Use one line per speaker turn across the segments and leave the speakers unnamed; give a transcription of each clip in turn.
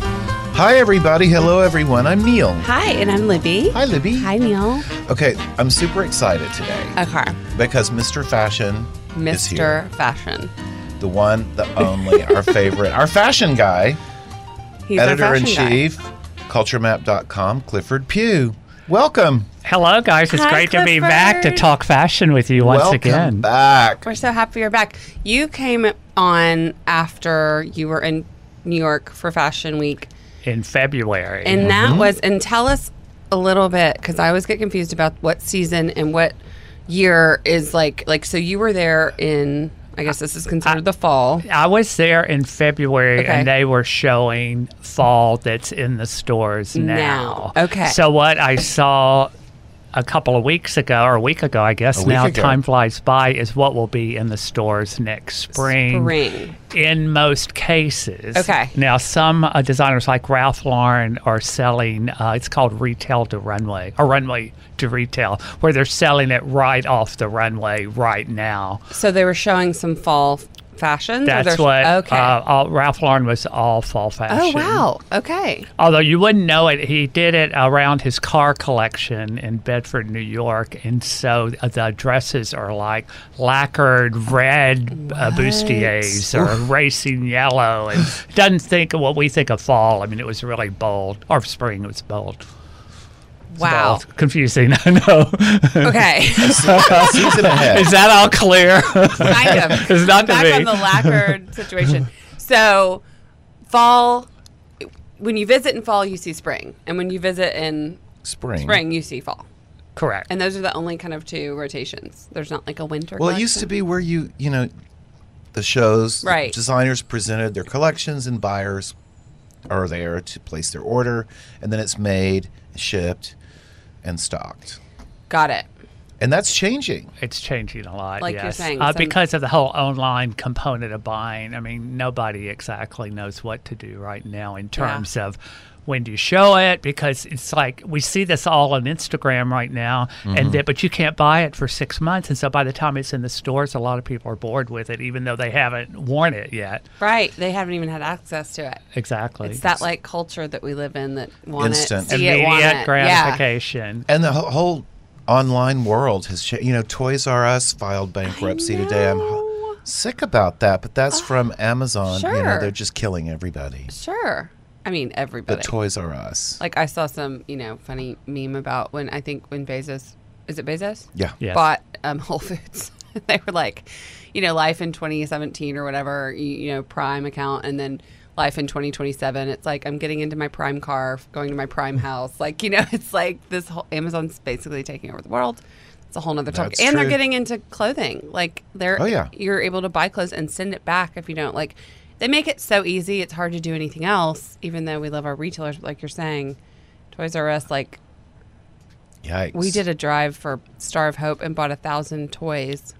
Hi, everybody. Hello, everyone. I'm Neil.
Hi, and I'm Libby.
Hi, Libby.
Hi, Uh, Neil.
Okay, I'm super excited today
Okay.
because Mr. Fashion is here.
Mr. Fashion.
The one, the only, our favorite, our fashion guy,
He's our
editor in
fashion guy.
chief, culturemap.com, Clifford Pugh. Welcome.
Hello, guys. It's
Hi,
great to be back to
Clifford.
talk fashion with you once
Welcome
again.
back.
We're so happy you're back. You came on after you were in New York for Fashion Week,
In February.
and
Mm-hmm.
that was. And tell us a little bit because I always get confused about what season and what year is like. Like, so you were there in. I guess this is considered the fall.
I was there in February
Okay.
and they were showing fall that's in the stores now.
Now. Okay.
So, what I saw a couple of weeks ago, or a week ago, I guess
week
now,
ago.
time flies by, is what will be in the stores next
Mm.
spring.
Spring.
in most cases.
Okay.
Now, some uh, designers like Ralph Lauren are selling, uh, it's called retail to runway or runway to retail, where they're selling it right off the runway right now.
So they were showing some fall fashions. or
That's
they're-
what
Okay.
uh, all, Ralph Lauren was all fall
oh
fashion.
wow. Okay.
Although you wouldn't know it, he did it around his car collection in Bedford, New York. And so the dresses are like lacquered red uh, bustiers or racing yellow. And doesn't think of what we think of fall. I mean, it was really bold. Or spring, it was bold. It's
Wow.
bold. Confusing, I know.
Okay.
Season ahead.
Is that all clear?
kind of.
It's not to
back
me.
on the lacquered situation. So, fall. When you visit in fall, you see spring, and when you visit in
Spring.
spring, you see fall.
Correct.
And those are the only kind of two rotations. There's not like a winter.
Well, it used to be where you, you know, the shows, the
Right.
designers presented their collections and buyers are there to place their order, and then it's made, shipped, and stocked.
Got it.
And that's changing.
It's changing a lot,
Like you're
yes.
saying,
uh,
some-
because of the whole online component of buying. I mean, nobody exactly knows what to do right now in terms of when do you show it because it's like we see this all on Instagram right now and that but you can't buy it for 6 months and so by the time it's in the stores a lot of people are bored with it even though they haven't worn it yet.
Right. They haven't even had access to it.
Exactly.
It's that like culture that we live in that want
Instant.
it, see it, want
immediate
it. Yeah.
gratification.
And the whole, whole online world has changed. You know, Toys R Us filed bankruptcy today. I'm
know.
h- sick about that, but that's from Amazon. You know,
sure.
they're just killing everybody.
Sure. I mean,
But
everybody.
Toys R Us.
like I saw some, you know, funny meme about when I think when Bezos is it Bezos?
Yeah.
Yes.
Bought um, Whole Foods. they were like, you know, life in 2017 or whatever, you, you know, Prime account, and then life in 2027. It's like I'm getting into my Prime car, going to my Prime house. Like, you know, it's like this whole Amazon's basically taking over the world. It's a whole nother topic,
That's
and
true.
they're getting into clothing. Like, they're
Oh, yeah.
you're able to buy clothes and send it back if you don't like they make it so easy it's hard to do anything else even though we love our retailers but like you're saying toys r us like
Yikes.
we did a drive for star of hope and bought a thousand toys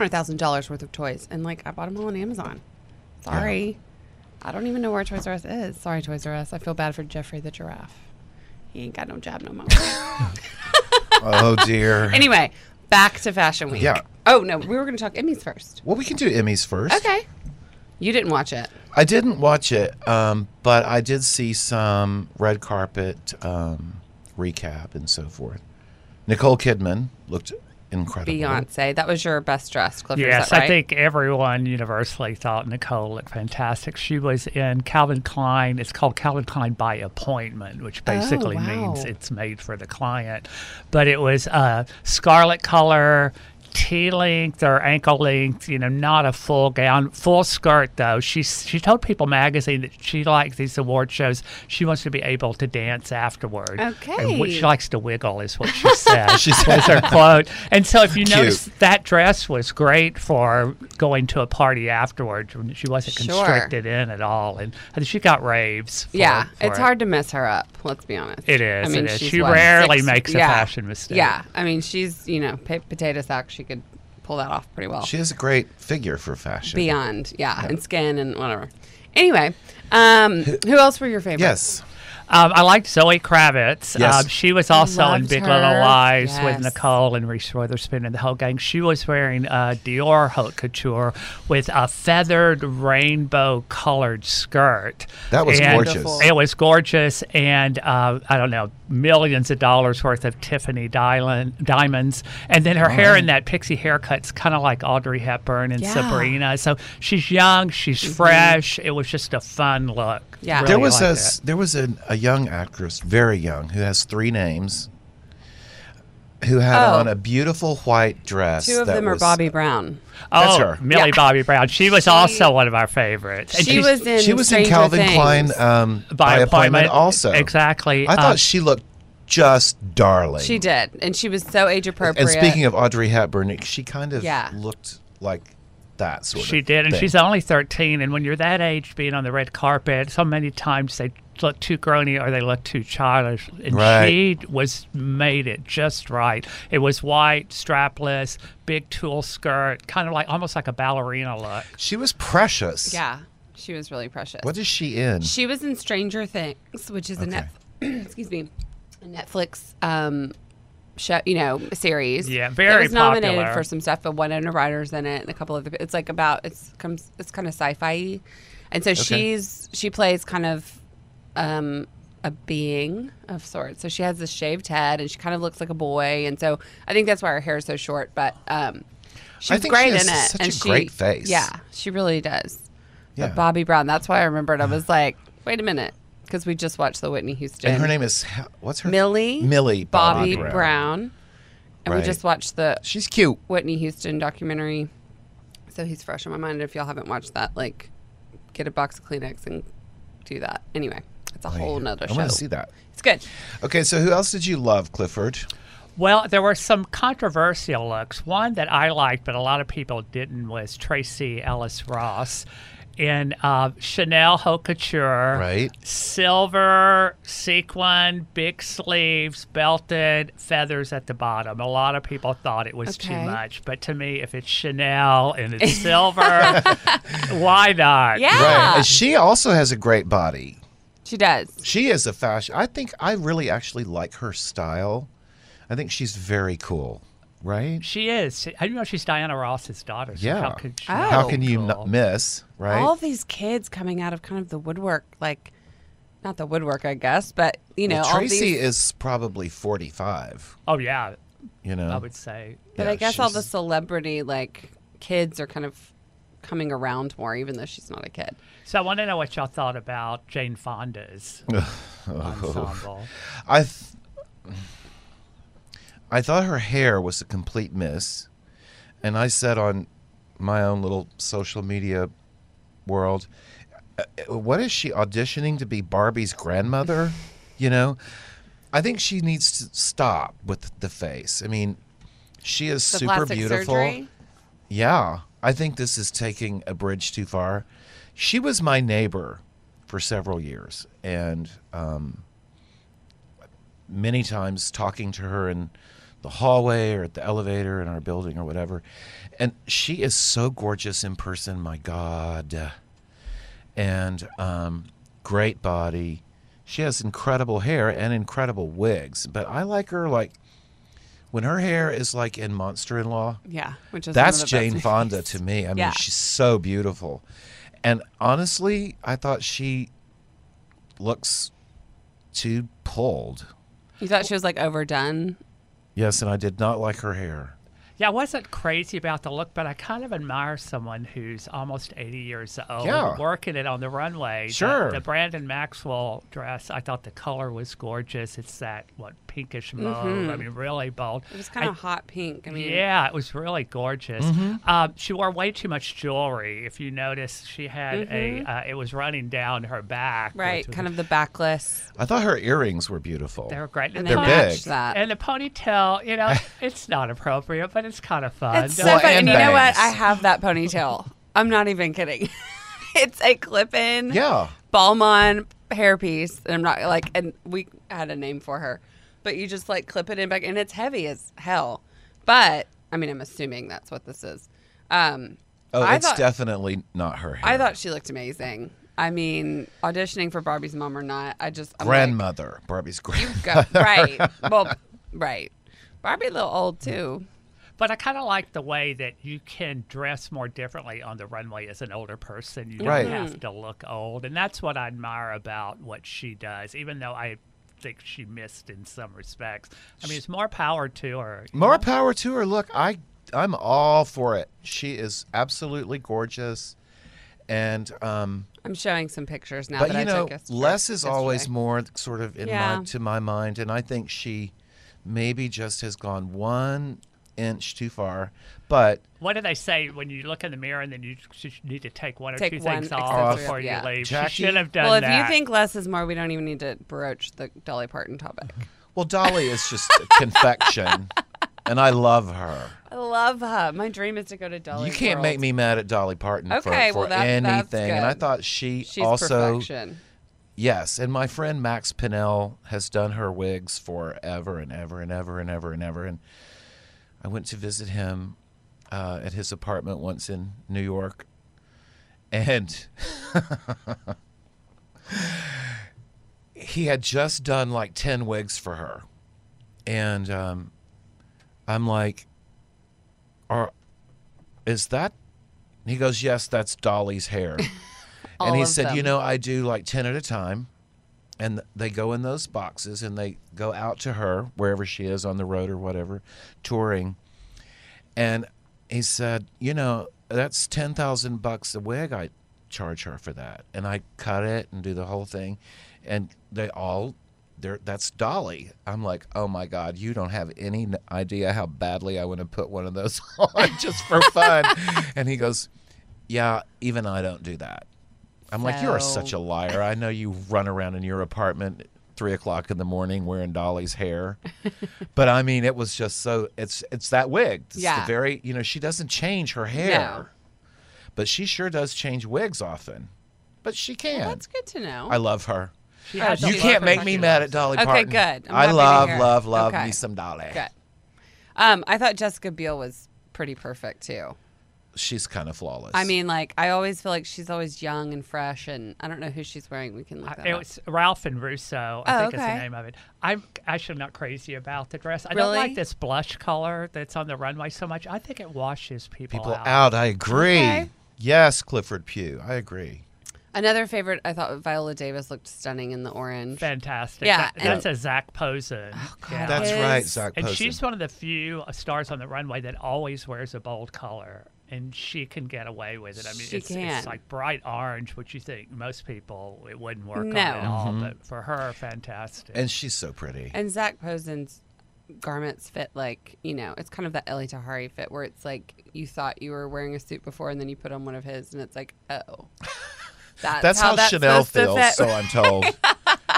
or a thousand dollars worth of toys and like i bought them all on amazon sorry i don't even know where toys r us is sorry toys r us i feel bad for jeffrey the giraffe he ain't got no job no more
Oh, dear.
anyway back to fashion week
Yeah.
oh no we were gonna talk emmys first
well, we can do Emmys first.
okay you didn't watch it
I didn't watch it, um, but I did see some red carpet um, recap and so forth. Nicole Kidman looked incredible.
Beyonce. That was your best dressed clip.
Yes,
is that right?
I think everyone universally thought Nicole looked fantastic. She was in Calvin Klein. It's called Calvin Klein by appointment, which basically means
Oh, wow.
it's made for the client. But it was uh, scarlet color, T length or ankle length. You know, not a full gown, full skirt though. She she told People Magazine that she likes these award shows. She wants to be able to dance afterward. and what
Okay.
she likes to wiggle is what she said. she says her quote. And so if you
Cute.
notice that dress was great for going to a party afterwards. when She wasn't
Sure.
constricted in at all, and I think she got raves. For,
Yeah,
for
it's
it.
hard to mess her up. Let's be honest.
It is,
I mean,
it is.
she's
She
what,
rarely
six-
makes a
yeah.
fashion mistake.
Yeah, I mean, she's you know pa- potato sack. She could pull that off pretty well.
She has a great figure for fashion.
Beyond, yeah, and skin and whatever. Anyway, um, who else were your favorites?
Yes.
Um, I liked Zoe Kravitz.
Yes.
Um, she was also in
Loved
Big
her.
Little Lies with
Yes.
Nicole and Reese Witherspoon and the whole gang. She was wearing uh, Dior haute couture with a feathered rainbow colored skirt.
That was
And
gorgeous.
Beautiful.
It was gorgeous, and uh, I don't know, millions of dollars worth of Tiffany diamond, diamonds. And then her hair in that pixie haircut's kind of like Audrey Hepburn and
Yeah. Mm-hmm.
Sabrina. So she's young, she's fresh. It was just a fun look.
Yeah.
Really
there was
liked
a
it.
s- there was an, a young actress, very young, who has three names, who had
Oh.
on a beautiful white dress.
Two of
that
them are
was- uh,
Bobby Brown.
oh,
that's her.
Millie
Yeah.
Bobby Brown. She was also one of our favorites. And
She
she's
was in.
She was in
Stranger
Calvin
Things.
Klein um, by, appointment, Uh, also.
exactly.
I
Um,
thought she looked just darling.
She did, and she was so age appropriate.
And speaking of Audrey Hepburn, it- she kind of
Yeah.
looked like that sort of.
She did, and
thing.
she's only 13. And when you're that age, being on the red carpet, so many times they look too groany or they look too childish. And
Right.
she was made it just right. It was white, strapless, big tulle skirt, kind of like almost like a ballerina look.
She was precious.
yeah, she was really precious.
What is she in?
She was in Stranger Things, which is a
Okay.
net. excuse me, a Netflix um, show. You know, series.
Yeah,
that
very
was nominated
popular.
for some stuff, but Winona Ryder's in it, and a couple of the. It's like about it's comes it's kind of sci-fi, and so she's she plays kind of um, a being of sorts. So she has this shaved head, and she kind of looks like a boy, and so I think that's why her hair is so short. But um, she's
think she
great
has
in it,
such
and
a
she
great face.
Yeah, she really does.
Yeah.
But Bobby Brown. That's why I remembered. I was like, wait a minute, because we just watched the Whitney Houston.
and her name is He- what's her
Millie.
Millie Bobby
Bobby, Brown.
Brown.
And
Right.
we just watched the
She's cute.
Whitney Houston documentary. So he's fresh in my mind. If y'all haven't watched that, like, get a box of Kleenex and do that. Anyway, it's a whole nother
I
show.
want to see that.
It's good.
Okay, so who else did you love, Clifford?
Well, there were some controversial looks. One that I liked, but a lot of people didn't, was Tracy Ellis Ross in uh, Chanel haute couture,
Right.
Silver sequin, big sleeves, belted, feathers at the bottom. A lot of people thought it was
Okay.
too much, but to me, if it's Chanel and it's silver, why not?
Yeah.
Right. And she also has a great body.
She does.
She is a fashion. I think I really actually like her style. I think she's very cool. Right?
She is. She, I didn't know she's Diana Ross's daughter. So
Yeah.
How could she?
Oh.
How can you
Cool.
not miss? Right?
All these kids coming out of kind of the woodwork, like, not the woodwork, I guess, but, you know,
Well,
all
Tracy
these.
is probably forty-five.
Oh, yeah.
You know.
I would say.
But
Yeah,
I guess all the
she's-
celebrity like kids are kind of coming around more, even though she's not a kid.
So I want to know what y'all thought about Jane Fonda's ensemble.
I th- I thought her hair was a complete miss, and I said on my own little social media world, uh, uh, "What is she auditioning to be Barbie's grandmother?" You know, I think she needs to stop with the face. I mean, she is
The
super
plastic
beautiful.
surgery.
Yeah, I think this is taking a bridge too far. She was my neighbor for several years, and um, many times talking to her in the hallway or at the elevator in our building or whatever. And she is so gorgeous in person, my God. And um, great body. She has incredible hair and incredible wigs, but I like her like when her hair is like in Monster in Law.
Yeah, which is one of
That's
the best
Jane
movies.
Fonda to me. I mean,
Yeah.
she's so beautiful. And honestly, I thought she looks too pulled.
You thought she was like overdone.
Yes, and I did not like her hair.
Yeah, I wasn't crazy about the look, but I kind of admire someone who's almost 80 years old
Yeah.
working it on the runway. The-
Sure.
The, Brandon Maxwell dress, I thought the color was gorgeous. It's that, what, pinkish mauve.
Mm-hmm.
I mean, really bold.
It was kind of hot pink. I mean,
Yeah, it was really gorgeous.
Mm-hmm.
Um, she wore way too much jewelry. If you notice, she had a, uh, it was running down her back.
Mm-hmm.
which
right,
was-
kind of the backless.
I thought her earrings were beautiful.
They're great.
And
And
they
They're
the
matched
big.
that.
And the ponytail, you know, it's not appropriate, but it's kind of fun.
it's so
Well,
funny. And
and
you know what?
bangs.
I have that ponytail. I'm not even kidding. it's a clip-in.
Yeah.
Balmain hairpiece, and I'm not like, and we had a name for her, but you just like clip it in back, and it's heavy as hell. But I mean, I'm assuming that's what this is. Um,
Oh,
I
it's
thought,
definitely not her hair.
I thought she looked amazing. I mean, auditioning for Barbie's mom or not, I just I'm like,
grandmother, Barbie's
go,
grandmother.
right. Well, right. Barbie a little old too.
But I kind of like the way that you can dress more differently on the runway as an older person. You
Right.
don't have to look old. And that's what I admire about what she does, even though I think she missed in some respects. I mean, it's more power to her.
More power to her. Look, I I'm all for it. She is absolutely gorgeous, and um,
I'm showing some pictures now
but
that
you
I
know,
took. yes-
less is always
yesterday.
more. Sort of in
Yeah.
my to my mind, and I think she maybe just has gone one inch too far. But
What do they say when you look in the mirror and then you just need to take one or
Take
two
one
things off
accessory
before
off, yeah.
you leave?
Jackie-
she should have done
Well, if
that.
you think less is more, we don't even need to broach the Dolly Parton topic.
well, Dolly is just a confection, and I love her.
I love her. My dream is to go to Dolly.
You can't make
World.
me mad at Dolly Parton for-
Okay,
for,
well, that-
anything.
that's
And I
good.
thought she
She's
also
perfection.
Yes, and my friend Max Pinnell has done her wigs forever and ever and ever and ever and ever. And I went to visit him uh, at his apartment once in New York, and he had just done like ten wigs for her, and um, I'm like, "Are is that?" He goes, "Yes, that's Dolly's hair."
All
and he
of
said, "You
them.
know, I do like ten at a time, and th- they go in those boxes, and they go out to her wherever she is on the road or whatever, touring." And he said, "You know, that's ten thousand bucks a wig. I charge her for that, and I cut it and do the whole thing, and they all." There, that's Dolly. I'm like, oh my God, you don't have any n- idea how badly I want to put one of those on just for fun. and he goes, yeah, even I don't do that. I'm like, you are
So-
such a liar. I know you run around in your apartment at three o'clock in the morning wearing Dolly's hair. but I mean, it was just so it's it's that wig. It's
Yeah.
the very you know, she doesn't change her hair.
No.
But she sure does change wigs often. But she can.
That's good to know.
I love her.
She has
You
a
You
lot
can't
of
make me
perfection.
mad at Dolly
Okay,
Parton.
good. I'm
I
happy to
love,
hear it.
love, love
Okay.
me some Dolly.
Good. Um, I thought Jessica Biel was pretty perfect too.
She's kind of flawless.
I mean, like I always feel like she's always young and fresh, and I don't know who she's wearing. We can look that
Uh, It
up.
was Ralph and Russo, I
Oh,
think is the
okay.
name of it. I'm actually not crazy about the dress. I don't
Really?
like this blush color that's on the runway so much. I think it washes people,
people
out.
out. I agree.
Okay.
Yes, Clifford Pugh. I agree.
Another favorite. I thought Viola Davis looked stunning in the orange.
Fantastic.
Yeah, Oh,
That-
and-
that's a Zach Posen. yeah.
That's
Is-
right, Zach
And
Posen.
she's one of the few uh, stars on the runway that always wears a bold color, and she can get away with it. I mean,
She
it's,
can.
it's like bright orange, which you think most people it wouldn't work on
No.
at all, but for her, fantastic.
Mm-hmm. And she's so pretty.
And Zach Posen's garments fit like you know, it's kind of that Ellie Tahari fit where it's like you thought you were wearing a suit before, and then you put on one of his, and it's like, oh, that's,
That's how, Chanel
supposed to
feels,
fit.
so I'm told.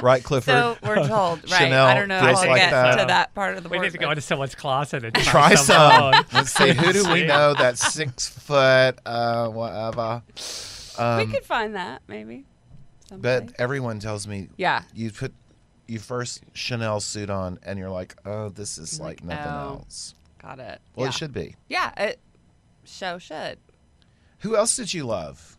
right, Clifford?
So we're told, right?
Chanel
I don't know
feels
how to
like
get
that.
to that part of the
we need to go
wardrobe.
into someone's closet and
Try
try,
some.
on.
Let's see, who do we
See.
know that's six foot, uh, whatever? Um,
we could find that maybe.
But
someplace.
everyone tells me
yeah,
you put your first Chanel suit on and you're like, oh, this is like,
like,
nothing
oh.
else.
got it.
Well,
yeah.
it should be.
Yeah, it show should.
Who else did you love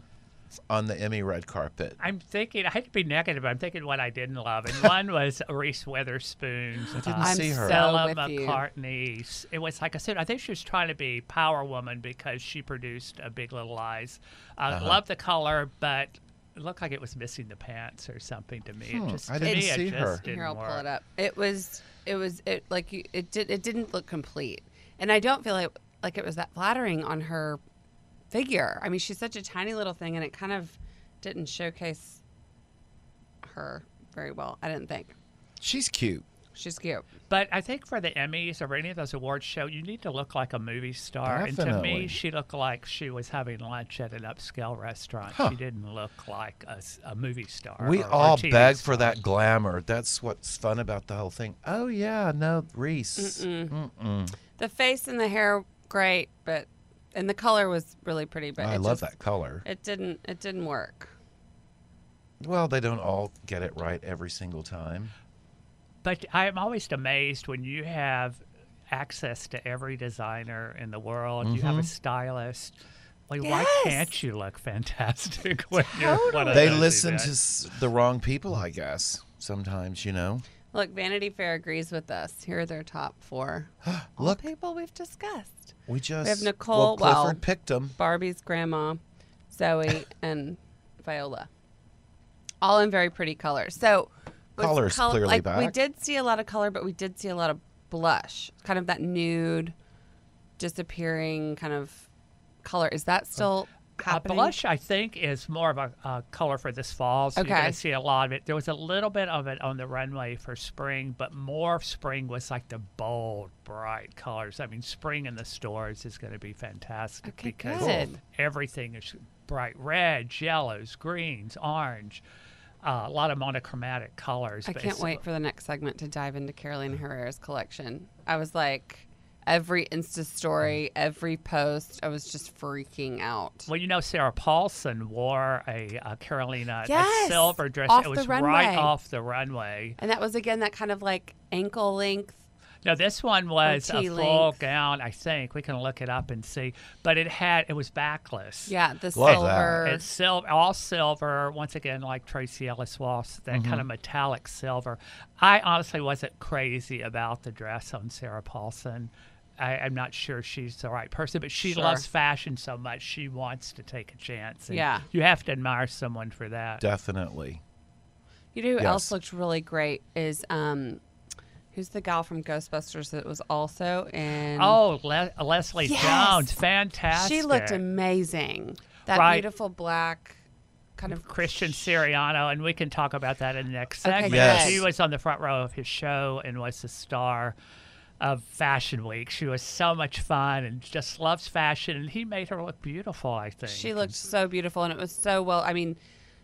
on the Emmy red carpet?
I'm thinking, I hate to be negative, but I'm thinking what I didn't love. And one was Reese Witherspoon's. I
didn't see her.
I'm
Stella
so with you.
McCartney's. It was like I said, I think she was trying to be Power Woman because she produced a Big Little Lies. I
Uh-huh.
love the color, but it looked like it was missing the pants or something to me. It
Hmm,
just,
I
to
didn't
me,
see
it
her.
just didn't
Here, I'll
work.
pull it up. It was, it was, it like you, it did, it didn't look complete, and I don't feel like like it was that flattering on her figure. I mean, she's such a tiny little thing, and it kind of didn't showcase her very well. I didn't think
She's cute.
she's cute.
But I think for the Emmys or any of those awards show, you need to look like a movie star. And to
Definitely.
me, she looked like she was having lunch at an upscale restaurant.
Huh.
She didn't look like a, s- a movie star.
We
or- or
all
TV
beg
star.
for that glamour. That's what's fun about the whole thing. Oh, yeah, no, Reese.
The face and the hair, great, but and the color was really pretty. But
I
it
love
just-
that color.
It didn't, it didn't work.
Well, they don't all get it right every single time.
But I'm always amazed when you
Mm-hmm.
have access to every designer in the world. You have a stylist. Like, why
Yes.
can't you look fantastic when you're one of
They
those
listen to
events?
s- the wrong people, I guess. Sometimes, you know.
Look, Vanity Fair agrees with us. Here are their top four. All
Look.
people we've discussed.
We just
have Nicole-
Well, Clifford
well-
picked them.
Barbie's grandma, Zoe, and Viola. All in very pretty colors. So what's
Color's clearly
like, We
back.
did see a lot of color, but we did see a lot of blush, kind of that nude, disappearing kind of color. Is that still
Uh,
happening?
blush, I think, is more of a, a color for this fall, so you're
Okay.
going to see a lot of it. There was a little bit of it on the runway for spring, but more of spring was like the bold, bright colors. I mean, spring in the stores is going to be fantastic
Okay,
because
good.
everything is bright reds, yellows, greens, orange, uh, a lot of monochromatic colors.
I
but
can't
it's-
wait for the next segment to dive into Carolina Herrera's collection. I was like, every Insta story, every post, I was just freaking out.
Well, you know, Sarah Paulson wore a, uh Carolina
Yes,
a silver dress.
off the
it was
runway.
right off the runway.
And that was again that kind of like ankle length.
No, this one was a
tea
full
length.
gown. I think we can look it up and see. But it had it was backless.
Yeah, the
Love
silver.
It's silver, all silver. Once again, like Tracy Ellis Ross, that kind of metallic silver. I honestly wasn't crazy about the dress on Sarah Paulson. I, I'm not sure she's the right person, but she
Sure.
loves fashion so much she wants to take a chance. and
Yeah.
you have to admire someone for that.
Definitely.
You know who
Yes.
else looked really great is um, who's the gal from Ghostbusters that was also in.
Oh, Le- Leslie
Yes.
Jones, fantastic.
she looked amazing. That
Right.
beautiful black kind of
Christian Siriano, and we can talk about that in the next
Okay,
segment.
Yes.
She
good.
was on the front row of his show and was the star of Fashion Week. She was so much fun and just loves fashion, and he made her look beautiful. I think
She looked so beautiful, and it was so well. I mean,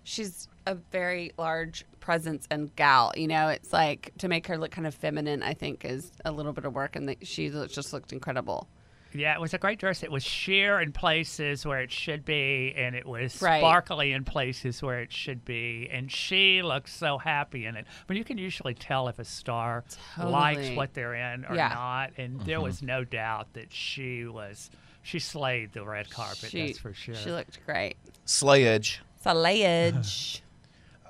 she's a very large presence and gal. You know, it's like to make her look kind of feminine. I think is a little bit of work, and that she lo- just looked incredible.
Yeah, it was a great dress. It was sheer in places where it should be, and it was
Right.
sparkly in places where it should be. And she looked so happy in it. But you can usually tell if a star likes
Totally.
what they're in or
Yeah.
not. And there was no doubt that she was. She slayed the red carpet.
she,
that's for sure.
She looked great.
Slayage.
Salage.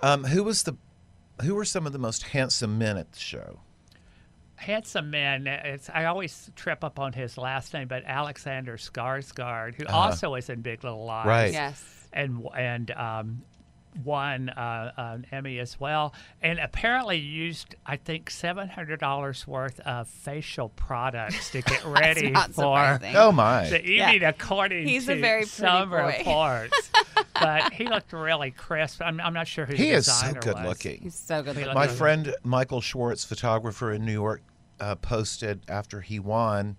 Um, who was the? Who were some of the most handsome men at the show?
handsome man. It's I always trip up on his last name, but Alexander Skarsgård, who also was in Big Little Lies,
Right.
yes.
and and um, won uh, an Emmy as well, and apparently used I think seven hundred dollars worth of facial products to get
That's
ready
not
for
surprising.
Oh my!
the
Yeah.
evening according
He's
to
a very pretty
some
boy.
reports. but he looked really crisp. I'm, I'm not sure who
he
the
is so
designer
good
was.
looking.
He's so good.
My
looking.
Mhm.
friend Michael Schwartz, photographer in New York, uh, posted after he won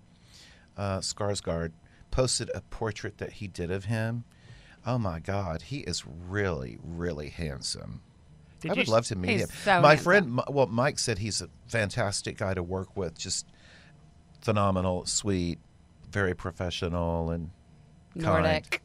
uh, Skarsgård, posted a portrait that he did of him. Oh my God, he is really, really handsome.
Did
I
you
would
s-
love to meet
He's
him.
so
my
handsome.
friend, Mi- well, Mike said he's a fantastic guy to work with. Just phenomenal, sweet, very professional, and
Nordic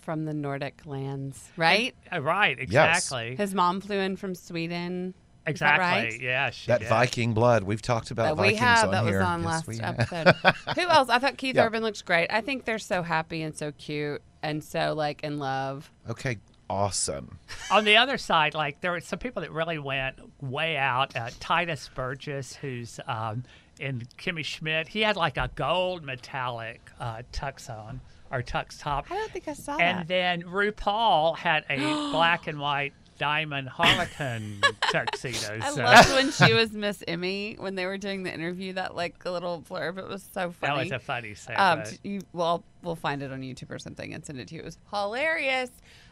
from the Nordic lands, right?
Uh, Right, exactly.
His mom flew in from Sweden. Is that
Exactly.
right?
Yeah. She
that
did.
Viking blood. We've talked about
that Uh, we
Vikings
have
on
that
here.
was on
Yes,
last
we have.
episode. Who else? I thought Keith
Yeah.
Urban looked great. I think they're so happy and so cute and so like in love.
Okay, awesome.
On the other side, like there were some people that really went way out. Uh, Titus Burgess, who's um, in Kimmy Schmidt, he had like a gold metallic uh, tux on or tux top.
I don't think I saw
And
that.
then RuPaul had a black and white diamond harlequin tuxedo.
I
so
loved when she was Miss Emmy when they were doing the interview. That like a little blurb. It was so
that
funny.
was a funny segment.
um, t- you, well, we'll find it on YouTube or something and send it to you. It was hilarious.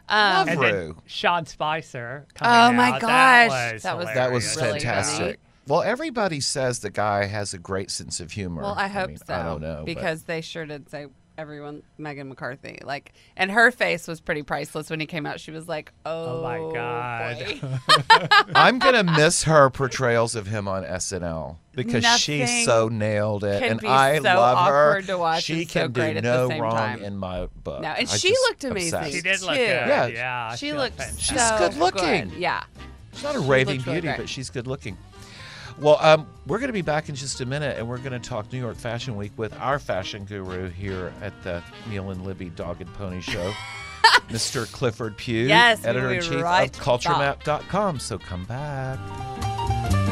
Um,
Love
and then
True.
Sean Spicer.
Oh,
coming
my
out, that
gosh.
was
That was
That was
Really
fantastic.
funny.
Well, everybody says the guy has a great sense of humor.
Well, I hope
mean,
so.
I don't know but-
because they sure did say everyone Megan McCarthy like, and her face was pretty priceless when he came out. She was like, "Oh,
my God."
boy."
I'm gonna miss her portrayals of him on SNL because she
Nothing
so nailed it,
can
and
be
I
so
love her.
awkward to watch
She
and so
can do
great at the
no
same
wrong
time.
in my book.
No, and
I
she
just
looked amazing.
obsessed.
She did look
Cute.
good.
Yeah.
Yeah.
she
looked
looked
fantastic.
She's
so
good looking.
good. Yeah,
She's not a raving
looked really
beauty,
great.
but she's good looking. Well, um, we're going to be back in just a minute, and we're going to talk New York Fashion Week with our fashion guru here at the Neil and Libby Dog and Pony Show, Mr. Clifford Pugh,
Yes, we'll be
editor in chief
right
of CultureMap.com. So come back.